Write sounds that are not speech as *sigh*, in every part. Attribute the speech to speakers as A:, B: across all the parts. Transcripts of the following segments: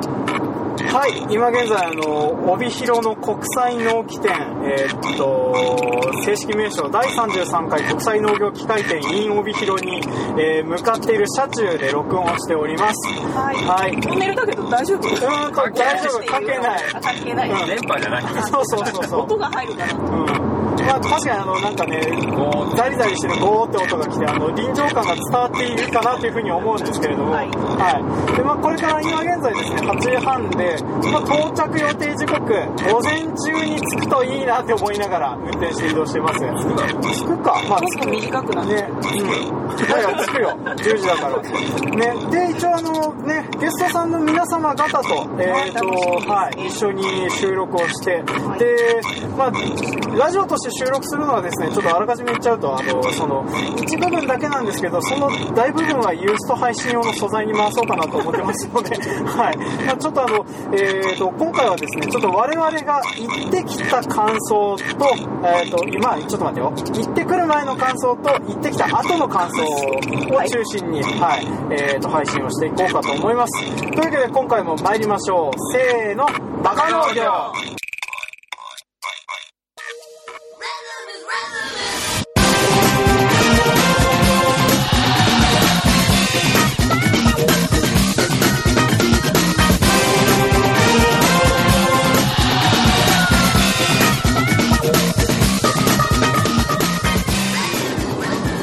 A: はい、今現在、あの、帯広の国際農機店、えーっと、正式名称第33回国際農業機械店 in 帯広に、えー向かっている車中で録音をしております。
B: はい
A: はい。
B: トンネルだけど大丈夫
A: うーんと、大丈夫、かけない。
B: あ関係ない、
A: うん
C: 電波じゃないんです
A: そうそうそうそう。
B: 音が入るかな
A: うん。まあ、確かにあの、なんかね、ザリザリしてるゴーって音が来て、あの、臨場感が伝わっているかなというふうに思うんですけれども、は。
B: はいい
A: で、まあ、これから今現在ですね、8時半で、まあ、到着予定時刻、午前中に着くといいなって思いながら運転して移動してます。着くか。まあ、
B: もっと短くなる、
A: ね、うん。いやいや、着くよ。10時だから。ね、で、一応あの、ね、ゲストさんの皆様方と、えっ、と、はい、一緒に収録をして、で、まあ、ラジオとして収録するのはですね、ちょっとあらかじめ言っちゃうと、あの、その、一部分だけなんですけど、その大部分はユースト配信用の素材に回そうかなと思ってますので、 *laughs* はい。まあ、ちょっとあの、えっ、と、今回はですね、ちょっと我々が行ってきた感想と、えっ、と、今、ちょっと待ってよ。行ってくる前の感想と、行ってきた後の感想を中心に、はい、えっ、と、配信をしていこうかと思います。というわけで、今回も参りましょう。せーの、バカ農業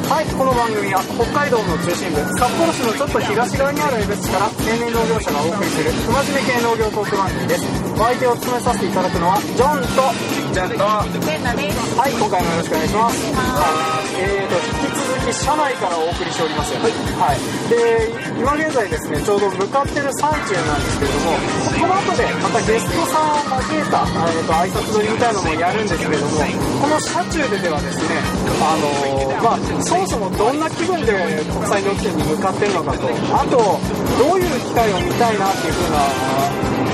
A: はい、この番組は北海道の中心部、札幌市のちょっと東側にある江別市から青年農業者がお送りする不真面目系農業トーク番組です。お相手を務めさせていただくのは、ジョンと、
C: ちゃんと
B: 変なね
A: はい、今回もよろしくお願いします。はい、えーと、引き続き車内からお送りしております。はい。で、今現在ですね、ちょうど向かってる山中なんですけれども、この後でまたゲストさんを交えた、えーと、挨拶撮りみたいのもやるんですけれども、この車中でではですね、あのーまあ、そもそもどんな気分で国際料金に向かってるのかと、あと、どういう機会を見たいなっていうふうな、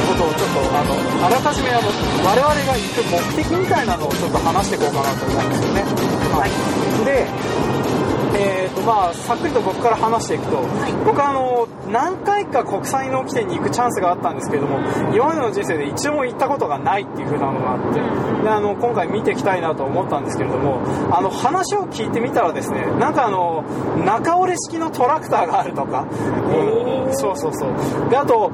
A: ことをちょっとあのあらかじめあの我々が行く目的みたいなのをちょっと話していこうかなと思うんですよね。はい、で、えーとまあ、さっくりと僕から話していくと、僕はあの何回か国際農機店に行くチャンスがあったんですけれども今までの人生で一度も行ったことがないっていう風なのがあってであの今回見ていきたいなと思ったんですけれどもあの話を聞いてみたらですねなんかあの中折れ式のトラクターがあるとか、そうそうそうであと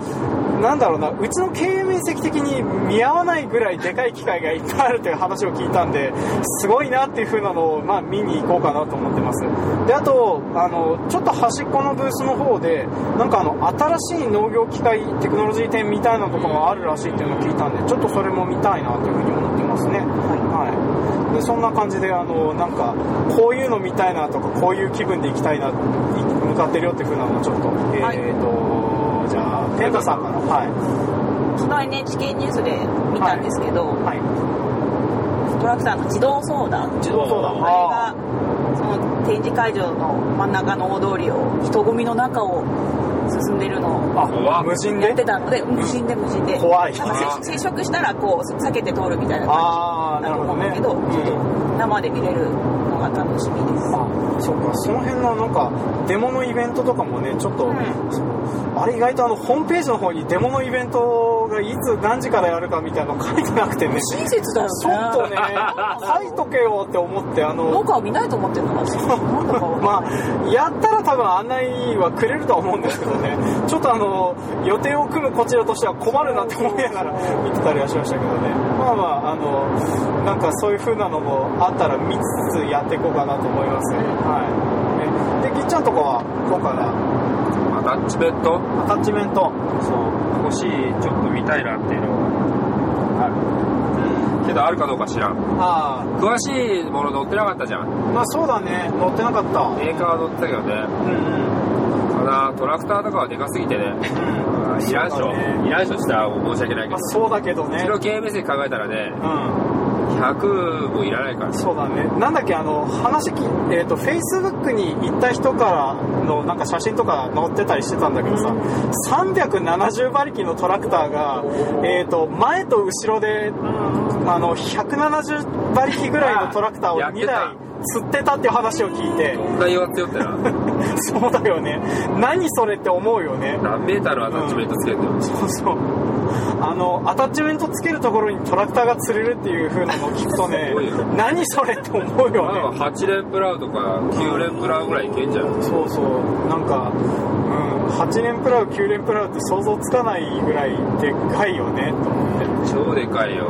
A: なんだろうなうちの経営面積的に見合わないぐらいでかい機械がいっぱいあるという話を聞いたんですごいなっていう風なのを、まあ、見に行こうかなと思ってますであとあのちょっと端っこのブースの方でなんかあの新しい農業機械テクノロジー展みたいなとこがあるらしいっていうのを聞いたんでちょっとそれも見たいなという風に思ってますねはい、でそんな感じであのなんかこういうの見たいなとかこういう気分で行きたいな向かってるよっていう風なのをちょっと、え
B: はい
A: ーとじゃあペンタさんからはい
B: 昨日 NHK ニュースで見たんですけど、
A: はい
B: トラクターの自動相談
C: 自動相談
B: これがその展示会場の真ん中の大通りを人混みの中を進んでるのを
A: あ
C: 怖っ
A: 無人
B: やって
A: で
B: たので無心で無心で
A: 怖い
B: なんか接接触したらこう避けて通るみたいな感
A: ああなるほどね
B: だと思うんだけ
A: うん
B: じ生で見れるのが楽しみです
A: あそうかその辺のなんかデモのイベントとかもねちょっと、
B: うん
A: あれ意外とあのホームページの方にデモのイベントがいつ何時からやるかみたいなの書いてなくてねち
B: 親切だよね
A: ょっ
B: *laughs*
A: とね書いとけよって思ってあの
B: 農家を見ないと思ってるのかしらなんだかわかんない
A: *laughs* まあ、やったら多分案内はくれるとは思うんですけどね、ちょっとあの、予定を組むこちらとしては困るなって思いながら見てたりはしましたけどね。まあまあ、あの、なんかそういう風なのもあったら見つつやっていこうかなと思いますね。はい。ねで、ぎっちゃんとこは、今回は
C: アタッチメント
A: アタッチメント。そう。
C: 欲しいちょっと見たいなっていうのはあるけどあるかどうか知らん
A: あ
C: 詳しいもの載ってなかったじゃ
A: あ、
C: ん
A: まあそうだね、乗ってなかった。
C: メーカーは載ってたけどね
A: うんうん。
C: ただトラクターとかはでかすぎてねあーいらんし
A: そう
C: ょ
A: だね
C: いらんしょしたら申し訳ない
A: ま
C: けど
A: あそうだけど
C: う
A: ね
C: ち。の経営目線考えたらね
A: うん。
C: 100もいらないから
A: そうだね、なんだっけ、あの話き、えっとフェイスブックに行った人からのなんか写真とか載ってたりしてたんだけどさ、370馬力のトラクターが、えっと前と後ろであの170馬力ぐらいのトラクターを
C: あやって
A: 2
C: た
A: 台釣ってたっていう話を聞いて
C: どんな弱ってよってな
A: そうだよね何それって思うよね
C: 何メーターのアタッチメントつけてるの
A: そうそうあのアタッチメントつけるところにトラクターが釣れるっていう風なのを聞くとね
C: すごいよ
A: 何それって思うよ
C: なん
A: ね
C: か8連プラウとか9連プラウぐらいいけんじゃん
A: そうそうなんか、うん、8連プラウ9連プラウって想像つかないぐらいでっかいよねと思って
C: 超でかいよ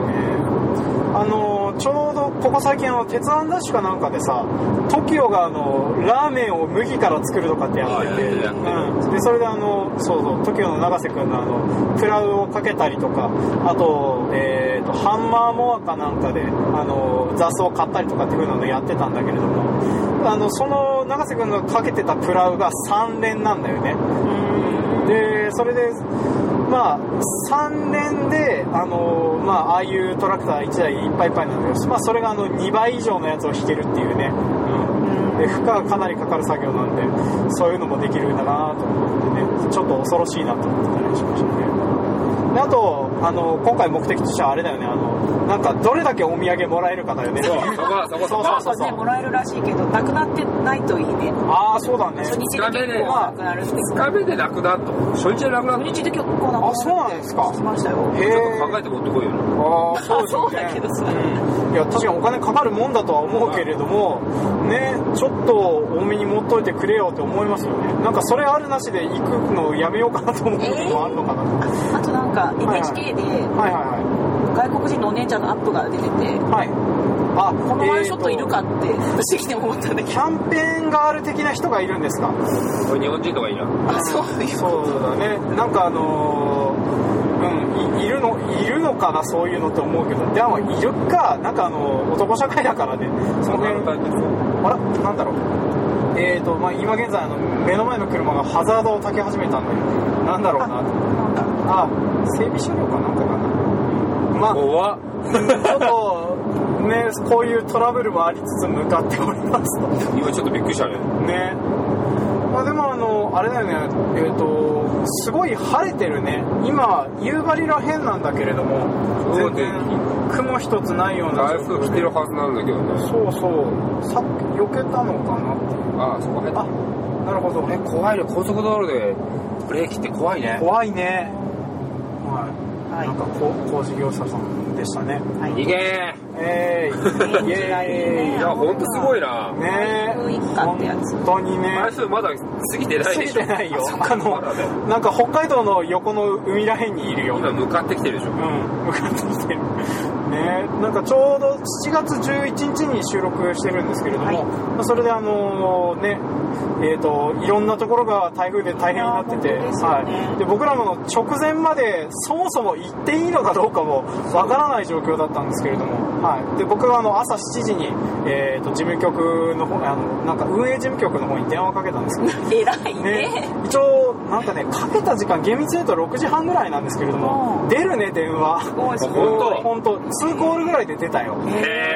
A: あのちょうどここ最近あの鉄腕ダッシュかなんかでさ TOKIO があのラーメンを麦から作るとかってやってて、
C: あやってるやってる
A: うん、でそれであのそうそう TOKIO の永瀬君のあのプラウをかけたりとかあと,、えー、とハンマーモアかなんかであの雑草を買ったりとかっていう風なのやってたんだけれどもあのその永瀬君がかけてたプラウが3連なんだよねでそれでまあ3連であのまあああいうトラクター1台いっぱいいっぱいなんだけど、まあ、それがあの2倍以上のやつを引けるっていうね、で負荷がかなりかかる作業なんでそういうのもできるんだなと思ってねちょっと恐ろしいなと思ったりしましたねであとあの今回目的としてはあれだよねあのなんかどれだけお土産もらえるかだよね
C: そうそこそこそこ
A: そうそ
B: そううねもらえるらしいけどなくなってないといいね
A: *laughs* ああそうだね
B: 初日で結構なくなるって
C: 2日目でなくなっと初日でなくなっ
B: 初
C: とち
B: 日で結構なくなる
A: あそうなんですか
B: 聞きましたよ
A: へ
C: ょっと考
A: え
C: えて持ってこいよな
A: ああそう
B: そう
A: です
B: だ
A: ね
B: けどさ
A: うんいや確かにお金かかるもんだとは思うけれどもねちょっと多めに持っといてくれよって思いますよねなんかそれあるなしで行くのやめようかなと思うこともあるのかな、
B: あとなんか NHK で
A: はいは
B: 外国人のお姉ちゃんのアップが出てて
A: いはいはいあ
B: このワンショット
A: えー
B: いるかって不思議に思ったんだけ
A: キ
B: ど
A: ャンペーンガール的な人がいるんですか
C: これ日本人とかいいな
B: あそういう
A: そうだねなんかあのーうんいいるのいるのかなそういうのって思うけどでもいるかなんかあの男社会だからねその辺あらなんだろうえーとまあ、今現在あの目の前の車がハザードをたき始めたんでなんだろうなあ整備車両かなんかかなまあ
C: 怖っ
A: ちょっとねこういうトラブルもありつつ向かっておりますと
C: 今ちょっとびっくりしたね
A: ねまあでもあのあれだよねえっ、とすごい晴れてるね今夕張らへんなんだけれども
C: そ
A: 全
C: う
A: 然雲一つないような
C: 台風来てるはずなんだけどね
A: そうそうさっき避けたのかな
C: ああそこ入った
A: あなるほどね
C: 怖いね高速道路でブレーキって怖いね
A: 怖いねは、
B: はいい
A: なんかこう工事業者さんでしたね
B: はい
C: 逃げ
A: え *laughs* ーいイ
C: ー
A: エ
C: い
A: ー
C: やほんとすごいな
A: イね
B: 台風一過ってやつ
A: 本当にね
C: 台風まだ過ぎてない
A: 過
C: で
A: ぎ
C: しょ
A: てないよあ
C: あ
A: の
C: まだだよ
A: なんか北海道の横の海らへんにいるよ
C: 今向かってきてるでしょ
A: うん、向かってきてる。ねなんかちょうど7月11日に収録してるんですけれども、
B: はい
A: まあそれであのね、えっ、と、いろんなところが台風で大変になって
B: い
A: て、
B: やー本当ですよね
A: はい。で、僕らも直前までそもそも行っていいのかどうかもわからない状況だったんですけれども、はい。で、僕はあの、朝7時に、えっ、と、事務局の方、あの、なんか運営事務局の方に電話かけたんですけど、
B: 偉い
A: ね
B: ね、
A: 一応なんかねかけた時間厳密に言うと6時半ぐらいなんですけれども
B: うん
A: 出るね電話
B: すごいす
C: 本
B: ごい
C: 当
A: 本当2コールぐらいで出たよ
B: へ
C: へ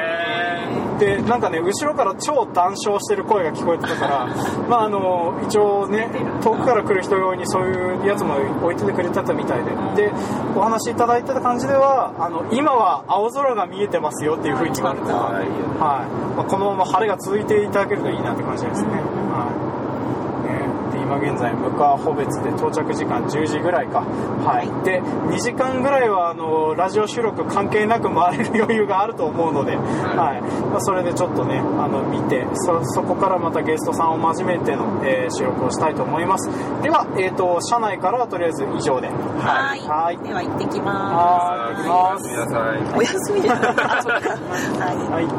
C: ー
A: でなんかね後ろから超談笑してる声が聞こえてたから *laughs* まああの一応ね遠くから来る人用にそういうやつも置いててくれてたみたいででお話いただいてた感じではあの今は青空が見えてますよっていうふうに言われてた
C: 怖いよね
A: はいまあ、このまま晴れが続いていただけるといいなって感じですね,、はい、ねで今現在向川穂別で到着時間10時ぐらいか、はい、で2時間ぐらいはあのラジオ収録関係なく回れる余裕があると思うので、はいまあ、それでちょっとねあの見てそそこからまたゲストさんを交めての、えー収録をしたいと思いますでは、えー、と車内からはとりあえず以上では
B: はい
A: はい
B: では行ってきま
A: はい行ってきます
C: 皆さん
B: すお休みじゃないあそうかはい
A: はい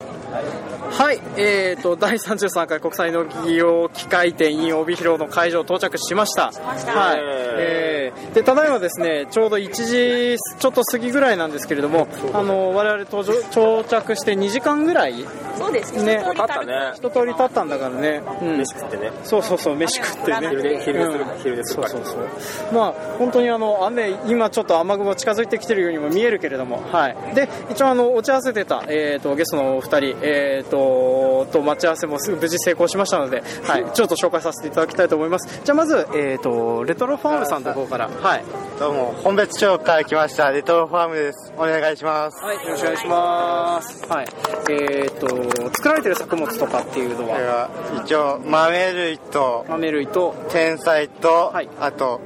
A: はい、えー、と第33回国際農業機械展 in 帯広の会場到着しました
B: ました
A: はいえーでただいまですねちょうど1時ちょっと過ぎぐらいなんですけれどもあの我々到着到着して2時間ぐらい
B: そうです一通り
A: ね
C: 立ったね
A: 一通り経ったんだからね、うん、
C: 飯食ってね
A: そうそうそう飯食ってね
C: 昼寝昼寝する
A: うん
C: 昼寝す
A: そう
C: るから
A: そうそうまあ本当にあの雨今ちょっと雨雲近づいてきてるようにも見えるけれどもはいで一応あの落ち合わせてた、えー、とゲストのお二人えー、とと待ち合わせもすぐ無事成功しましたのではいちょっと紹介させていただきたいと思いますじゃあまずえー、とレトロファームさんの方からはい
D: どうも、本別町から来ました、レトロファームです。お願いします。
A: はい、よろしくお願いします。はい、えっ、と、作られてる作物とかっていうの
D: これ
A: は、
D: は、一応、豆類と、
A: 豆類と、
D: 天菜と、
A: はい
D: あと、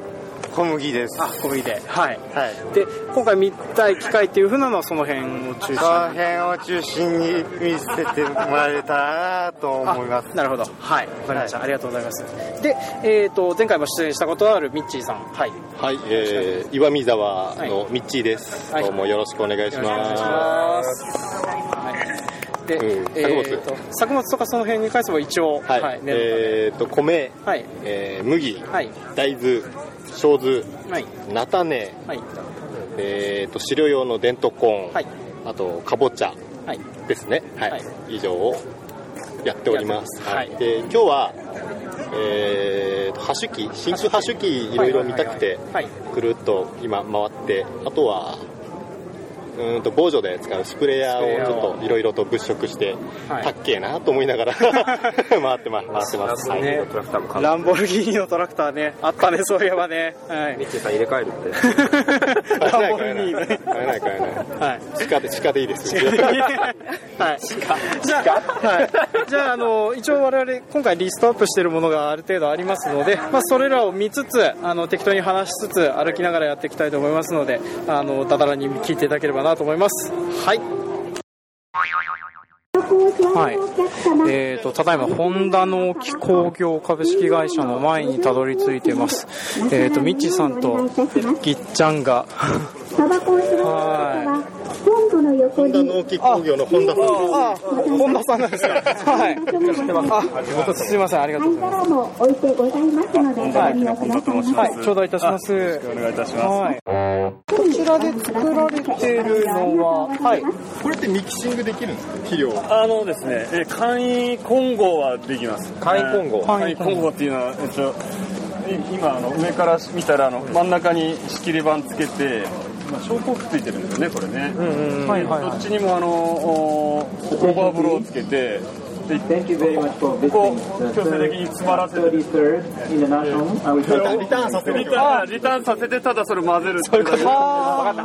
D: 小麦です。
A: あ、小麦で、はい。
D: はい。
A: で、今回見たい機会っていうふうなのは、その辺を中
D: そ
A: 心に。
D: の辺を中心に見せてもらえたらなと思います。
A: あなるほど。はい。わかりました、ありがとうございます。で、えっ、と、前回も出演したことのあるミッチーさん。はい。
E: はい、えー、岩見沢のミッチーです、
A: はい
E: どうもよろしくお願いし
A: よろしくお願いし
E: ま
A: ます。はい。で、
E: うん
A: え
E: 作
A: ー
E: 物
A: と、作物とかその辺に関しても一応、
E: す。はい、
A: 念のため
E: えー、と、米、
A: はい。
E: えー、麦、
A: はい。
E: 大豆、小豆、
A: はい。
E: 菜種、
A: はい。
E: えー、と、飼料用のデントコーン、
A: はい。
E: あと、かぼちゃ
A: はい。
E: ですね。はい。
A: はい
E: 以上をやっております。
A: はい
E: で、今日は、えー、と、ハシュキ、真空ハシュキいろいろ見たくて、
A: はい。
E: くるっと今回ってあとはうーんと防除で使うスプレーヤーをちょっといろいろと物色して、
A: はい
E: たっけえなと思いながら *laughs* 回ってます回ってます、
C: 夏
E: は
C: に
E: い
A: ね
C: トラクターも買う
A: ランボルギーニのトラクターね、あったね、そういえばね。はい
C: ミ。ッチーさん入れ替えるっ
A: *laughs*
C: て
A: ランボ
E: 買え
A: ルギ
E: な
A: ーニ
E: い買えない買えない買えない
A: はい。
E: 鹿で鹿でいいで
A: *laughs*
E: すよ
A: はい、じゃあ、はい、じゃあ、あの、一応我々、今回リストアップしてるものがある程度ありますので、まあ、それらを見つつ、あの、適当に話しつつ、歩きながらやっていきたいと思いますので、あの、だだらに聞いていただければなと思います。はい。はい。えー、と、ただいま、ホンダの機工業株式会社の前にたどり着いてます。えー、と、ミッチーさんと、ぎっちゃんが、
F: タバコを吸わない方は本部の横
E: 本田
F: に
E: 農機工業の本田さん
A: あ、本田さんなんですか。はい。あ、すみません、ありがとう
F: 灰
A: ございま
F: 皿も置いてございますのでご利用くださいませ。
A: す。はい、頂戴いたします。よろしくお願いいたします。はい。こちらで作られているのは、はい。
E: これってミキシングできるんですか肥料は
G: あのですね、えー簡易混合はできます。
C: 簡易混合
G: えー簡易混合っていうのは、えっと、い今あの上から見たらあの真ん中に仕切り板つけて、まあ、昇降機ついてるんですよね、これね。
A: はい、
G: どっちにもあのおオーバーブローをつけて、で
H: Thank you very much for visiting the third, 33rd International Agricultural
E: リターンさせ
G: リターンリターンさせてただそれ混ぜるっていうだけ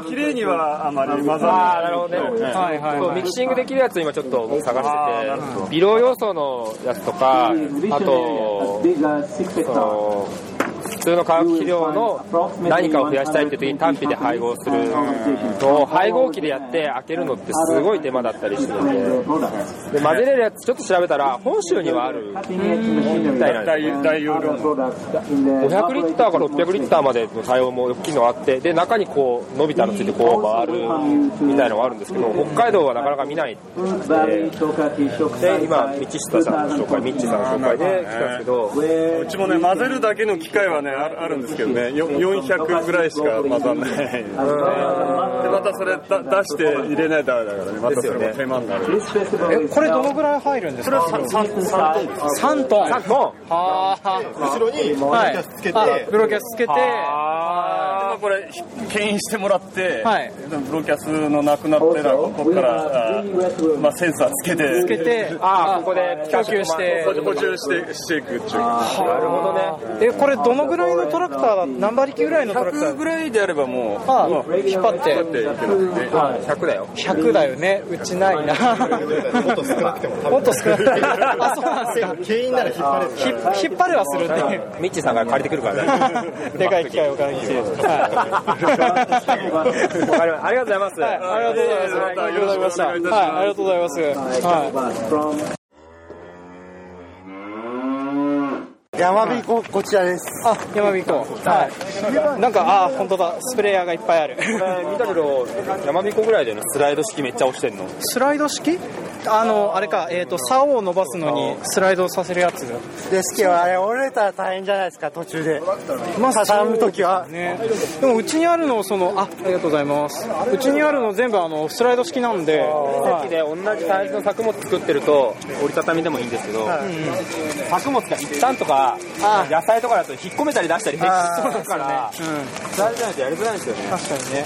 G: 綺麗にはあまり混ざらない。
C: どね
A: はい、はい、
C: そう
A: は
C: ミ
A: い。
C: キシングできるやつ今ちょっと僕探
G: あーなる
C: してて微量要素のやつとかあ
H: As
C: と
H: big as 6
C: そ
H: hectares.
C: の普通の化学肥料の何かを増やしたいっていう時に単品で配合するのを配合機でやって開けるのってすごい手間だったりするんで
H: Products.
C: で混ぜれるやつちょっと調べたら本州にはある
H: Cutting edge machinery.
C: 大
G: 大大容量
H: Other
G: の。
H: products in the
C: 500リッターから600リッターまでの対応も大きいのあってで中にこう伸びたのついてこう回るみたいのがあるんですけど北海道はなかなか見ない
H: Food Valley, Tokati,
C: で
H: Shokusai,
C: 今道下さんの紹介ミッチーさんの紹介で来たんですけど
H: where
G: うちもね、混ぜるだけの機械はね、あるあるんですけどね、よ400ぐらいしか混ざんない。で、またそれだ出して入れないとあれだからね、またそれも手間になる。
H: this festival
A: え
H: is
A: これどのぐらい入るんですか。三トン。三トン。はあ。
E: 後ろに
A: はい。
E: キャスつけて、
A: あブロキャスつけて。
G: あーこれ、牽引してもらって、
A: はい
G: ブロキャスのなくなったら、ここから、あーまあ、センサーつけて、
A: つけて。
C: あーここで
A: 供給して。
G: 補充してしていくっていう
A: なるほどね。え、これどのぐらいのトラクターだ、何馬力ぐらいのトラクタ
G: 100
A: ー。
G: ぐらいであればもう、
A: あ、引っ張って。
G: でいけますね。
C: 100だよ
A: 100だよね、うちない *laughs* な。
E: もっと少なくても多分
A: もっと少ない。あ、そうなんですか。
E: 牽引なら引っ張れる
A: ひ引っ張れはするね。
C: ミッチーさんから借りてくるからね
A: でかい機械を買いに来てはい
C: わかりましたありがとうございます、
A: はいありがとうございます。
G: またよろしくお願いいたします
A: はい、ありがとうございます。は
H: from
D: 山火こ、こちらです。
A: い。あ、山火行こう。はい。なんか、あー、本当だ。スプレーヤーがいっぱいある。
C: 見たけど山彦ぐらいだよねスライド式めっちゃ押してんの
A: スライド式あのあれか、えー、と竿を伸ばすのにスライドをさせるやつ
D: ですけどあれ折れたら大変じゃないですか途中で
A: まあ
D: 畳む時は
A: ね、でもうちにあるのそのあありがとうございますうちにあるの全部あのスライド式なんで、
C: さっ
A: は
C: きで同じサイズの作物作ってると折りたたみでもいいんですけど、作物が一旦とか野菜とかだと引っ込めたり出したり平気しそうだから
A: いうん、
C: 大事なんでやりづらいんですよね
A: 確かにね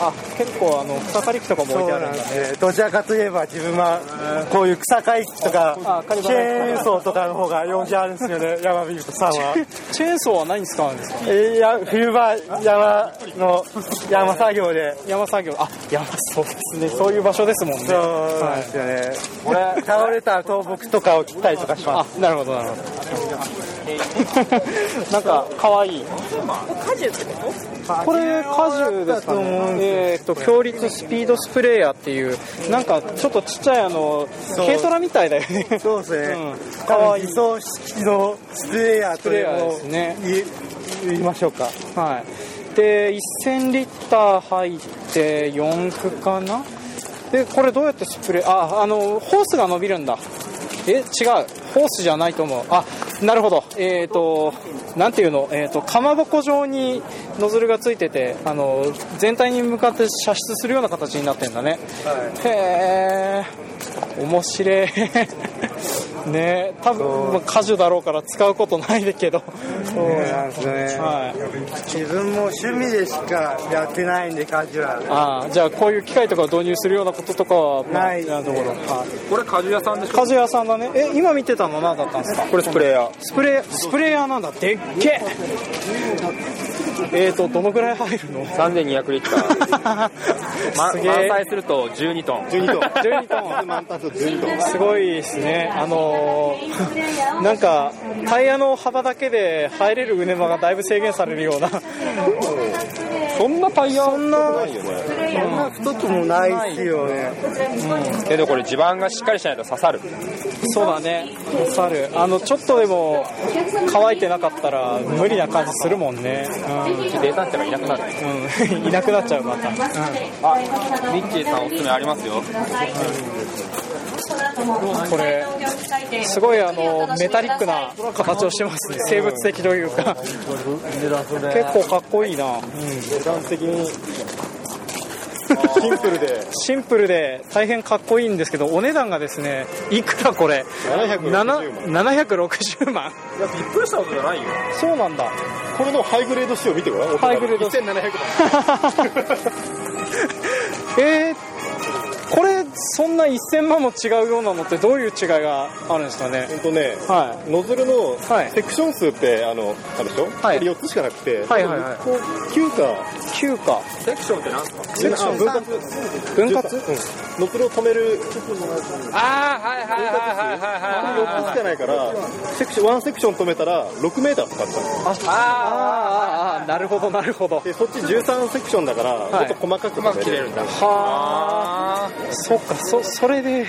A: あ結構あの草刈り機とかも置いてあるんだ
D: えーどちらかといえば自分はこういう草刈り機とか
A: あ
D: チェーン輸送とかの方が用事あるんですよね山ビートさんは、
A: チェーンソーは何に使うんですか
D: えーや冬場山の山作業で
A: 山作業あ山そうですねそういう場所ですもんね
D: そうなんですよね俺倒れた倒木とかを切ったりとかします
A: あなるほどなるほどなんかかわいい
I: 果樹ってこ
A: これ果樹ですかねえーっと強立スピードスプレーヤーっていうなんかちょっとちっちゃいあの
D: う
A: 軽トラみたいだよね
D: そうですね、
A: うん
D: かわいい理想式の *laughs* スプレーヤーというのを
A: スプレーヤー
D: 言い言いましょうか
A: はい、で1000リッター入って4区かなでこれどうやってスプレーああのホースが伸びるんだえ違うホースじゃないと思うあなるほどえっ、となんていうの、えー、とかまぼこ状にノズルがついててあの全体に向かって射出するような形になってんだね、へえ面白い *laughs* ね多分まあ果樹だろうから使うことないけど
D: そうなんですね、
A: はい
D: 自分も趣味でしかやってないんで家事は
A: ああじゃあこういう機械とかを導入するようなこととかは、まあ、
D: ない
A: 今のところはい
C: これ果樹屋さんでしょ
A: 果樹屋さんだねえ今見てたの何だったんですか
C: これスプレーヤー
A: スプレースプレーヤーなんだでっけええーとどのぐらい入るの
C: 3200リッタ *laughs* ーま
A: *laughs* す
C: 満
A: げえ
C: 載すると12トン
A: 12トンすごいですねあのー *laughs* なんかタイヤの幅だけで入れるうねまがだいぶ制限されるような
C: そんなタイヤそんな
D: そんな太くもないですよね
C: けどこれ地盤がしっかりしないと刺さる
A: そうだね刺さるあのちょっとでも乾いてなかったら無理な感じするもんね、うん
C: データってがいなくなる
A: うん、 *laughs* いなくなっちゃうまた、
C: あミッチーさんおすすめありますよ
A: これすごいあのメタリックな形をしてますね生物的というか結構かっこいいな、
E: シンプルで
A: シンプルで大変かっこいいんですけどお値段がですねいくらこれ
E: 760
A: なな
E: 万
A: 760万
C: いやびっくりしたことじゃないよ
A: そうなんだ
E: これのハイグレード仕様見てごらん
A: ハイグレード
E: 1700万
A: *laughs* えーこれそんな1000万も違うようなのってどういう違いがあるんですかね
E: ほんとね
A: は
E: ノズルの
A: はい
E: セクション数ってあのあるでしょ、
A: はい
E: これ4つしかなくて、
A: はいはいはい
E: こう9か
A: い9か
C: セクションってなんすか
E: セクション分割
A: 分割
E: うん、ノズルを止める
C: ああはいはいはいはいはいはい
E: 4つしかないからセクションワンセクション止めたら6メーターかかったの
A: あーあーあーなるほどなるほど
E: でそっち13セクションだから、
A: はい
E: もっと細かく
C: うまく
E: 止
C: 切
E: め
C: れ
E: れる
C: るんだ
A: はあそっかそそれで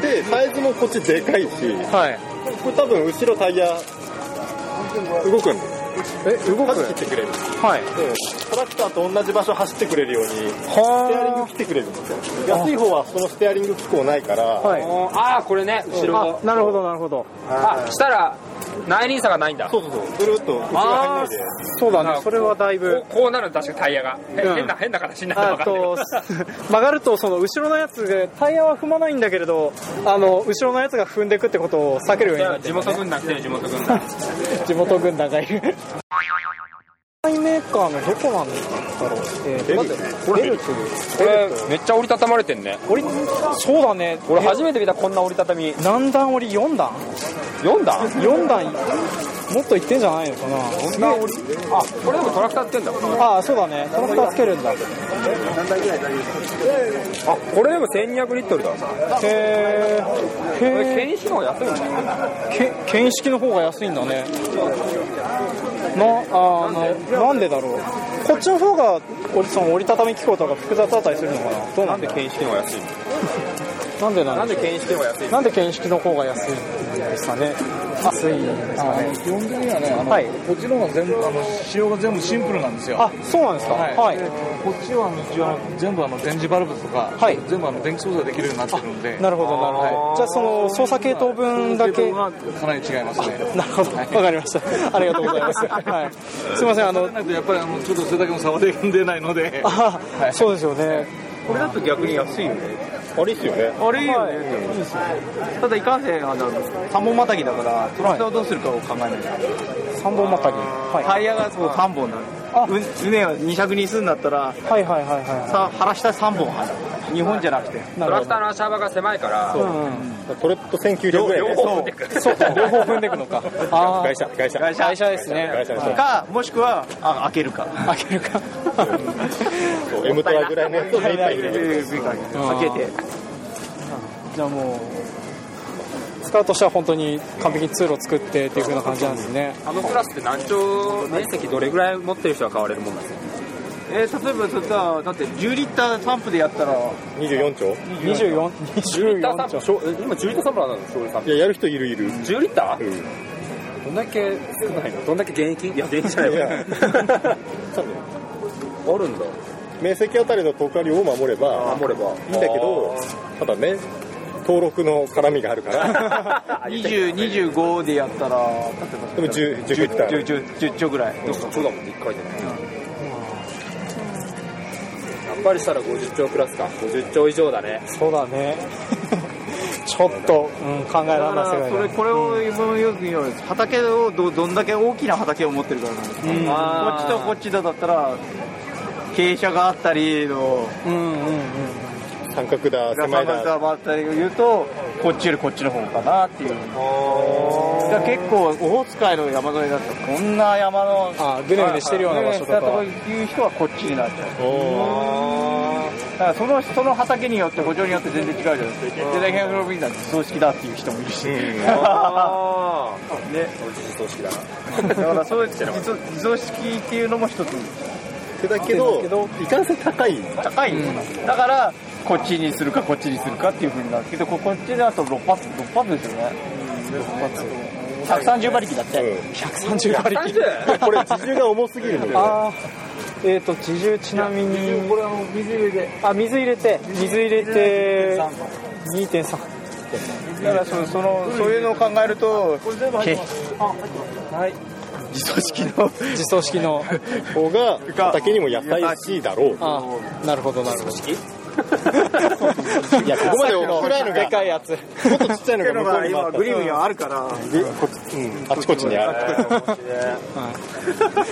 E: でサイズもこっちでかいし
A: はい
E: これ多分後ろタイヤ動くんで
A: え動
E: 走ってくれる、うん、
A: はい
E: トラクターと同じ場所走ってくれるようにステアリング
A: は
E: 切ってくれるんですよ安い方はそのステアリング機構ないから、
A: あはい
C: ああこれね後ろの
A: あなるほどなるほど
C: あしたら内輪差がないんだ
E: そうそうそうぐるっと内側に入んない
A: そうだねそれはだいぶ
C: こうこうなるんだ確かタイヤが、へ
A: うん
C: 変な変な形になった
A: あ
C: のか *laughs*
A: と曲がるとその後ろのやつでタイヤは踏まないんだけれどあの後ろのやつが踏んでいくってことを避けるようになって
C: 地
A: る
C: 元軍団来てる地元 *laughs* 軍団
A: 地元軍団がいるメーカーのどこなんだろう、えー、待ってレルク
C: これめっちゃ折りたたまれてんね
A: 折りそうだね
C: 俺初めて見たこんな折りたたみ
A: 何段折り4段
C: 4段
A: 4段もっといってんじゃないのかなすげえ
C: あこれでもトラクターつけんだ
A: ああそうだねトラクターつけるんだへ
C: あこれでも1200リットルだこ
A: えへ
C: れ
A: え
C: 検視の方が安いんだよ
A: け見識の方が安いんだねなあーななんでだろうこっちの方が折りその折りたたみ機構とか複雑だったりするのかなどうな
C: なんん
A: で
C: で検視の方が安いの
A: なんでな
C: なんん
A: で
C: で検視の方が安いの
A: なんで見識の方が安いんですかね熱いですかね
J: 基本的にはね、あの
A: はい
J: こっちの方が全部あの仕様が全部シンプルなんですよ。
A: あそうなんですか
J: はい。
A: はい
J: でこっちはあの一応あの全部あの電磁バルブとか、全部あの電気操作できるようになってるんで。
A: なるほどなるほど、じゃあその操作系統分だけ
J: はかなり違いますね。
A: *laughs* なるほど、わかりました。ありがとうござ
J: *laughs*
A: います。はい、すみません、あの、
J: やっぱりあのちょっとそれだけの差は出ないので。
A: あ、そうですよね。
G: これだと逆に安いよねあれっすよねあれいいよね、ただいかんせんあの三本またぎだからトラクターをどうするかを考えないと、
A: 三本またぎ、
G: タイヤがそう3本なのう船が2尺にするんだったら、
A: はいはいはいはい
G: さ腹下3本入る日本じゃなくて
C: トラクターの足幅が狭いから
G: そう
E: トレット1900両
G: 両方踏んでく
A: そう両方踏んでいくのかあー
E: 会社会社
G: 会社
A: ですね
E: 会社会社
G: かもしくはあ開けるか
A: 開けるか
E: M トラぐらいのやつを目いっぱい入れて
G: る
A: うん
G: 開けて
A: じゃあもう。使うとしては本当に完璧に通路作ってっていう風な感じなんですね。
C: あのクラスって何兆面積どれぐらい持ってる人が買われるもんなんですか
G: えー例えばそれだだって10リッター散布でやったら
E: 24丁
A: 二十四、二十
C: リッター散歩え今10リッター散歩なんですか
E: いややる人いるいる
C: 10リッター、
E: うん
C: どんだけ少ないのどんだけ現役いや現役じゃ
E: い
C: ないわ
E: や
C: *laughs* あるんだ
E: 面積あたりの投下量を守れば
C: 守れば
E: いいんだけどただね登録の絡みがある
A: *laughs*
E: から
G: 2025でやったら
E: でも10 10リッター
G: 10 10 10丁ぐらいそうだもん1回で
C: やっぱりしたら50兆クラスか50兆以上だね
A: そうだ
G: *laughs*
A: ね。ちょっと、うん、考え
G: だ
A: られ
G: か
A: ません
G: らそれこれを今のよく言うように畑をどどんだけ大きな畑を持ってるからなんです
A: う
G: よ
A: ん
G: こっちとこっちとだったら傾斜があったりの
A: うんうんうん。
E: 三角だ
G: 狭
E: 狭
G: い
E: い
G: だ
E: だ
G: あったりを言うとこっちよりこっちの方かなっていうだから結構オホーツク海の山沿いだとこんな山の
A: あぐねぐねしてるような場所とか
G: ぐねぐねしたとこいう人はこっちになっちゃうだからその人の畑によって補助によって全然違うじゃないですかで大変グロービンだって葬式だっていう人もいるし、
C: あ
G: ね
C: 葬式だな
G: だからそういう自走自走式っていうのも一つ
E: だけどいかんせん高い
G: 高い、だからこっちにするかこっちにするかっていうふうになるけどここっちだと6発6発ですよね6発130馬力だって、
A: 130馬力
E: これ自重が重すぎるので
A: あーえっ、と自重ちなみにこれは水入れてあ水入れて水入れて2.3
G: だからそのそのそういうのを考えるとけ
A: はい
G: 自走式の
A: 自走式の
E: 方が畑にも優しいだろう
A: あーなるほどなるほど
E: *laughs* いやここまで大きくないのが
A: でかいやつ
E: もっとちっちゃいのが向こうにもあった
G: グリムにはあるから
E: ぐこっちうんあちこちにある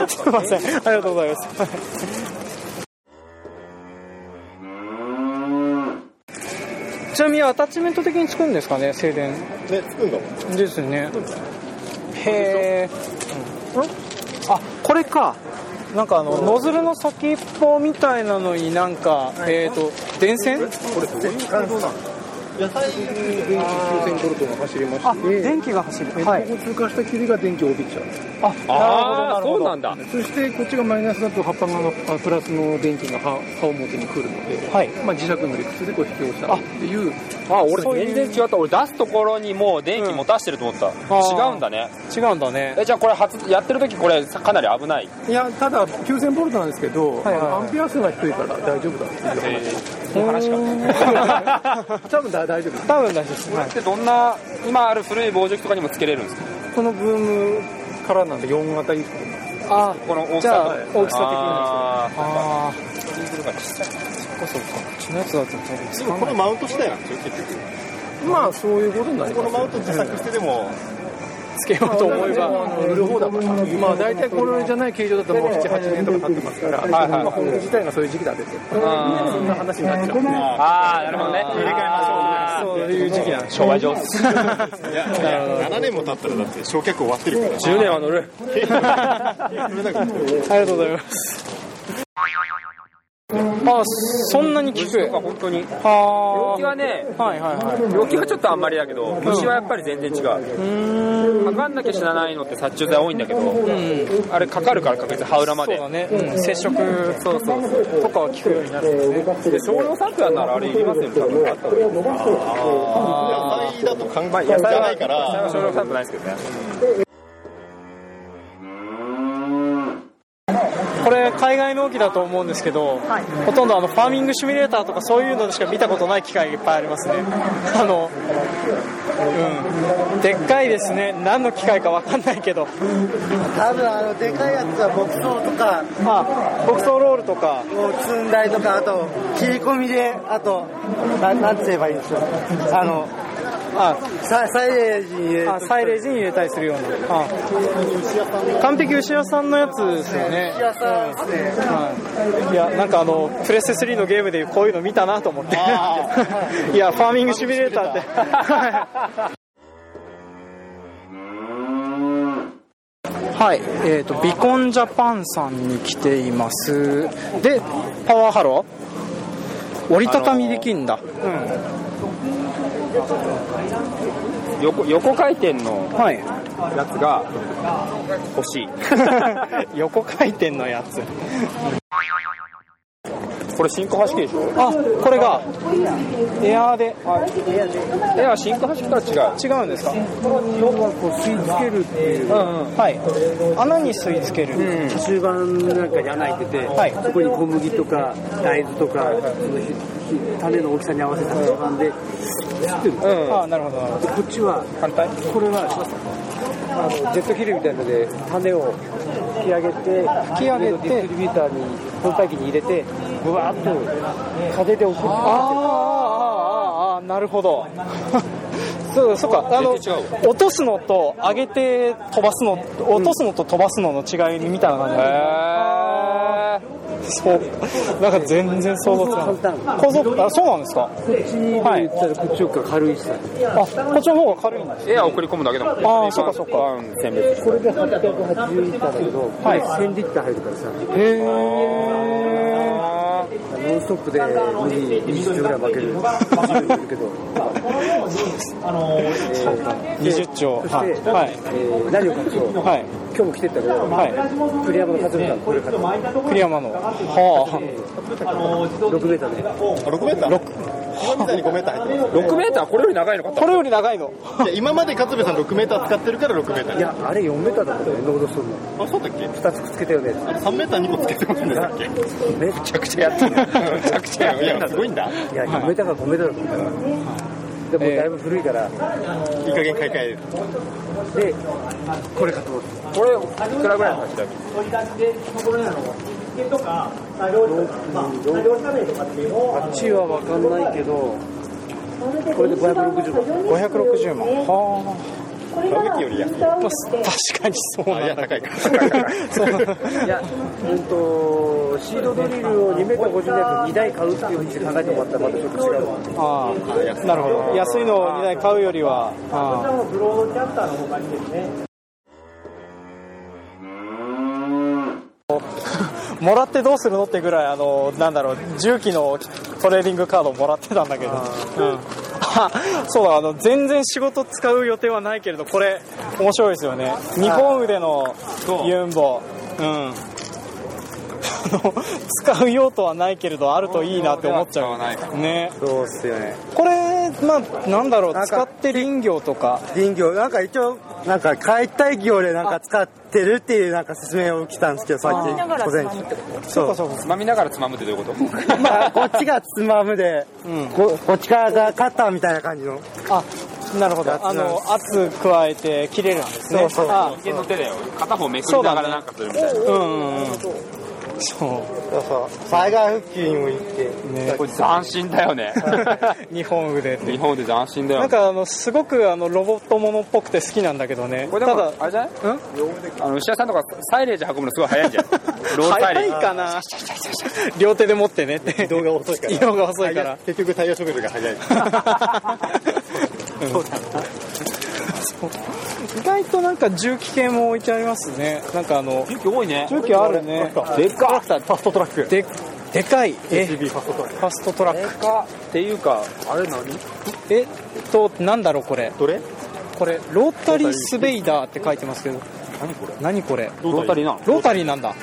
A: すいませんありがとうございますちなみにアタッチメント的につくんですかね静電
E: ねつくんだもん
A: ですねへえあこれかなんかあのノズルの先っぽみたいなのになんかえっ、と電線
G: 野菜電
J: 急線トルトが走りま
A: あ電気が走るはい
J: ここ通過した霧が電気を帯びちゃう
C: ああそうなんだ
J: そしてこっちがマイナスだと葉っぱがあのプラスの電気が葉葉表に来るので、
A: はい
J: まあ、磁石の理屈でこう引き寄せたっていう
C: あ俺全然違った俺出すところにもう電気持たしてると思った、
A: ー
C: 違うんだね
A: 違うんだね
C: えじゃあこれ初やってる時これかなり危ない
J: いやただ9000ボルトなんですけど、
A: はいはいはい
J: あのアンペア数が低いから大丈夫だっていう
C: 話か
J: 多分だ大丈夫です
A: 多分大丈夫です、はい
C: でどんな今ある古い防除機とかにもつけれるんですか
J: このブームからなんで4型以降
A: あ
C: この大き
A: じ
C: さ
A: ゃあ
C: とか
A: 大きさ的に
C: あー
A: ああ
C: ディーゼルが小さい
A: そっかそっかこっちのやつだと多分
E: で
A: 使
E: も
A: わ
E: こ
A: な
E: れ
A: い
E: マウント次第なんですよ結局
J: まあそういうことになり
E: こ
J: ま
E: の
J: す
E: マウント自作してでも
A: つけようと思えば
J: 売る方だから、まあ、大体これじゃない形状だともう78年とか経ってますから、
C: はいはい
J: まあ、本自体がそういう時期だってそんな話になっちゃうんで
C: ああなるほどね
E: 入れ替えましょうね
A: そういう時期なんで
C: 障害上
E: いや7年も経ったらだって焼却終わってるから
C: 10年は乗る
A: ありがとうございますあそんなに効く
C: 本当に
A: は
C: 病気はね、
A: はいはいはい
C: 病気はちょっとあんまりだけど虫はやっぱり全然違うかかんなきゃ死なないのって殺虫剤多いんだけど、あれかかるから確実にハウラまで
A: そうだね、うん、接触
C: そうそう
A: とかは効くようになるんですね
C: で少量サンプラーならあれいりますよね多分あった方がいい野菜だと考え野菜はないから野菜は少量サンプラーないですけどね
A: これ海外農機だと思うんですけど、ほとんどあのファーミングシミュレーターとかそういうのでしか見たことない機械がいっぱいありますねあのうんでっかいですね何の機械かわかんないけど
D: 多分あのでかいやつは牧草とか
A: あ牧草ロールとか
D: を積んだりとかあと切り込みであとななんて言えばいいんですかあの
A: あ
D: ササイレージに入れ
A: あサイレージに入れたりするようなあ完璧牛屋さんのやつですよね
D: 牛屋さんですね
A: はいいやなんかあのプレステ3のゲームでこういうの見たなと思って *laughs* いやファーミングシミュレーターって *laughs* はい、えっ、と、ビコンジャパンさんに来ています。で、パワーハロー折りたたみできんだ。
C: 横横回転の
A: はい。
D: *laughs*
A: *laughs*
C: やつが欲しい
A: 横回転のやつ
C: これ真空発揮でしょ
A: あこれがエアーで、
C: エアー真空発揮とは
A: 違う違うんですか吸い付けるっていう、はい穴に吸い付ける、
G: 中盤なんかに穴開いてて、
A: はい
G: そこに小麦とか大豆とかそのひ種の大きさに合わせた中盤で吸ってる、
A: あなるほど
G: こっちは反対これはあのジェットヒルみたいなので種を吹き上げて
A: 吹き上げて
G: ディストリビューターに本体機に入れてぐわーっと風で送る
A: あーあーあーあーなるほど *laughs* そうだそうかあの落とすのと上げて飛ばすの落とすのと飛ばすのの違いみたいな感じそうなんか全然想像つかない構造あそうなんですか
G: こっちに言ったらこっちよりか軽いしさ
A: あこっちの方が軽いんだ
C: エアー送り込むだけだもん
A: あーそっかそっか
C: 選別
G: これで880リッターだけど、はい、1000リッター入るからさ
A: へ
G: ノンストップで麦20ぐらい負ける20入れるけど
A: 20兆
G: そして、
A: はい
G: えー、何を買っても、
A: はい、
G: 今日も来てったけど、、
A: はい
G: 栗山の勝村これ買った
A: 栗山のは
G: 6メーターで
E: 6メーター今みたいに5メーター入ってます
C: 6メーターこれより長いのか
A: これより長いの
E: 今まで勝部さん6メーター使ってるから6メーター
G: いやあれ4メーターだったねロードストーン
E: あそうだっけ
G: 2つくっつけたよね
E: 3メーター2個つけてますんでしたっけ
G: め
E: ちゃくちゃやってるめちゃくちゃやってるいやすごいんだ
G: いや4メーターから5メーターだったから、でもだいぶ古いから、
E: いい加減買い替える
G: でこれ買とう
C: これいくらぐらいの話だっ
G: あっちは分かんないけどこれで560万
A: 560万は
E: あバーベキューより安い
A: あ確かにそうなんだいや
E: 高いか
G: いや、うんと、シードドリルを2メートル50のやつ2台買うっていうふうに考えてもらったらまたちょっと違うわ。
A: ああなるほど安いのを2台買 *laughs* うよりはあ
G: ブロードキャッターの他にですね。
A: あもらってどうするのってぐらいあのなんだろう重機のトレーディングカードをもらってたんだけどうんあそうだあの全然仕事使う予定はないけれどこれ面白いですよね日本腕のユンボうん *laughs* あの使う用途はないけれどあるといいなって思っちゃうね
D: そうっすよね
A: これまあなんだろう使って林業とか
D: 林業なんか一応なんか解体業でなんか使ってるっていうなんか説明を来たんですけどさっき午前中
C: そうかそうかつまみながらつまむってどういうこと
D: まあこっちがつまむで、ここっちからがカッターみたいな感じの
A: あなるほどあの圧加えて切れるんですね
D: そうそう
A: あ
C: 人間の手だよ片方めくりながらなんかするみたいな
A: うんうんそ
D: そうそう災害復旧にも行って、
A: うね
C: これ斬新だよね
A: 日本腕って
C: 日本で斬新だよ
A: なんかあのすごくあのロボットものっぽくて好きなんだけどね
C: これで
A: た
C: も
A: だ
C: あれじゃないあの牛屋さんとかサイレージ運ぶのすごい早いんじゃんロールサイ
A: 早
C: レー
A: い
C: ジ
A: かな両手で持ってねって移動
E: が遅いから
A: 移動が遅いから
E: 結局対応速度が速い
A: そうだなそう意外となんか重機系も置いてありますねなんかあの
C: 重機多いね
A: 重機あるね
C: でっかファストトラック
A: でっでかいえファストトラックっていうかあれ何えっとなんだろうこれ
E: どれ
A: これロータリースベイダーって書いてますけど
E: 何これ
A: 何これ
E: ロータリーなの
A: ロータリーなんだ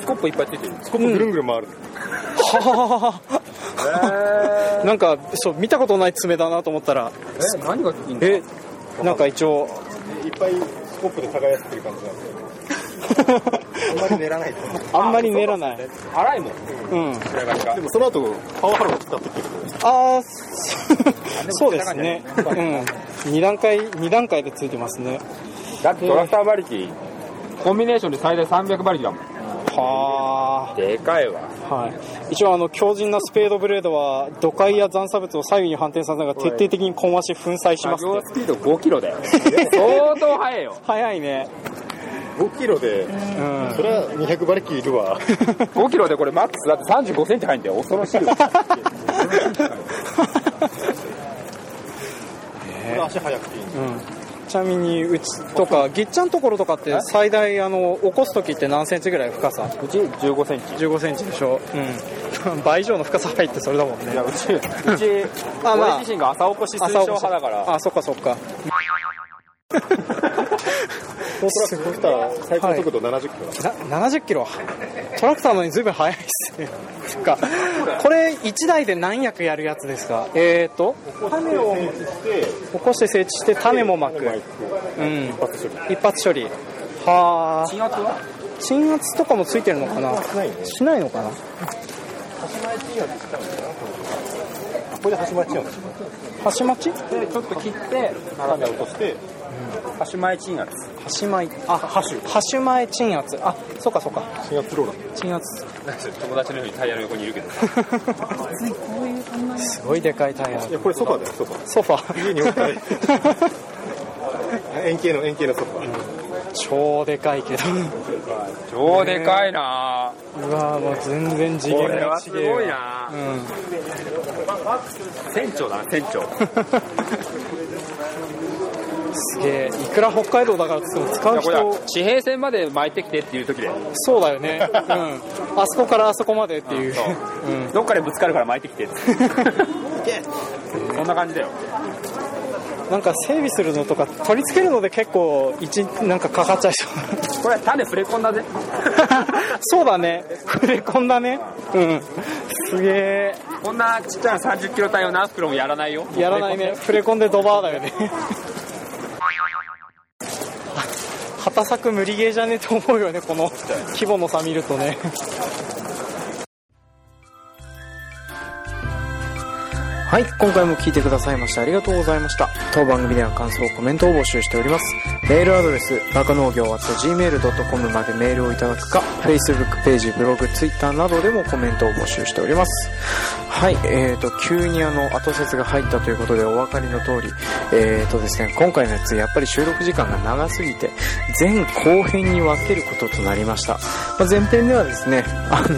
E: スコップいっぱいついてるスコップぐるんぐるん回る、
A: はあなんかそう見たことない爪だなと思ったら
E: え何がいいん
A: えなんか一応
E: いっぱいスコップで輝ってる感じなんですよあんまり練らないと
A: あんまり練らない
E: 荒いもん
A: うん
E: でもその後パワハロー使ってくる
A: ああそうですねうん2段階二段階でついてますね
C: だってトラクター馬力コンビネーションで最大300馬力だもん
A: は
C: あでかいわ
A: はい、一応あの強靭なスペードブレードは土塊や残差物を左右に反転させながら徹底的に混和し粉砕します
C: 作業
A: っ
C: ス
A: て
C: ピード5キロだよ相当速いよ
A: 速いね
E: 5キロで、 *laughs* それは200馬力いるわ
C: 5キロでこれマックスだって35センチ入んだよ恐ろしいよ
E: 足速くていい
A: ちなみにうちとかぎっちゃんところとかって最大あの起こす時って何センチぐらい深さう
C: ち1 5センチ
A: 1 5センチでしょ、うん、 *laughs* 倍以上の深さ入ってそれだもんねいや
C: うちうち
A: *laughs* あまあ
C: 俺自身が朝起こし推奨派だから
A: あそっかそっか
E: トラック来たら最高速度70キロ、
A: な70キロトラクターのに随分速いっすねつうかこれ1台で何役やるやつですかえーと種を起こして整地して種もまくうん一発処理はあ鎮圧は鎮圧とかもついてるのかなしないのかな
E: ここで端待ちよ
A: 端待ち
C: でちょっと切って
E: 種落として
C: 端前鎮圧
A: 端前あハシュハシュ前鎮圧あそうかそうか
E: 鎮圧ローラ
A: 鎮圧
C: 友達のようにタイヤの横にいるけど
A: すごいでかいタイヤ
E: いやこれソファだよソファ
A: ソファ
E: 家に置
A: *laughs*
E: きたい円形の円形のソファ
A: 超でかいけど
C: *laughs*
A: *laughs*
C: 超でかいな
A: うわーもう全然次元が違えよ
C: これはすごいな船長だな船長
A: うん、 *laughs* すげえいくら北海道だからっつっても使う
C: これは
A: 人
C: 地平線まで巻いてきてっていう時で
A: そうだよね、うん、あそこからあそこまでっていう
C: そうどっかでぶつかるから巻いてき
A: *laughs*
C: てってそんな感じだよ
A: なんか整備するのとか取り付けるので結構一日なんかかかっちゃいそう *laughs*
C: これ種触れ込んだぜ
A: そうだね触れ込んだねうんすげ
C: こんなちっちゃな30キロ単位を何袋もやらないよ
A: えやらないね触れ込んでドバーだよね *laughs* 畑作無理ゲーじゃねえと思うよねこの規模の差見るとねはい、今回も聞いてくださいましてありがとうございました。当番組では感想、コメントを募集しております。メールアドレス、バカ農業 .gmail.com までメールをいただくか、Facebook ページ、ブログ、Twitter などでもコメントを募集しております。はい、えーと、急にあの、後説が入ったということでお分かりの通り、えーとですね、今回のやつ、やっぱり収録時間が長すぎて、前後編に分けることとなりました。まあ、前編ではですね、あの、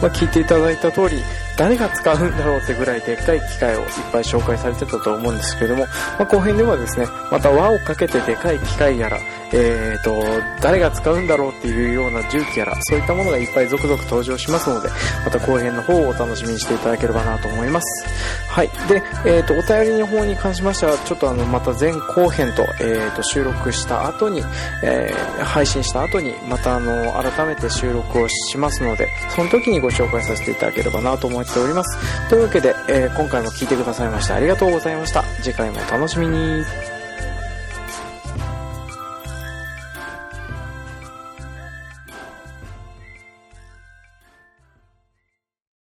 A: まあ、聞いていただいた通り、誰が使うんだろうってぐらいでっかい機械をいっぱい紹介されてたと思うんですけれども、まあ、後編ではですね、また輪をかけてでかい機械やら、えー、と、誰が使うんだろうっていうような重機やら、そういったものがいっぱい続々登場しますので、また後編の方をお楽しみにしていただければなと思います。はい。で、えー、と、お便りの方に関しましては、ちょっとあの、また前後編と、えー、と、収録した後に、えー配信した後に、またあの、改めて収録をしますので、その時にご紹介させていただければなと思っております。というわけで、えー今回も聞いてくださいましてありがとうございました。次回もお楽しみに。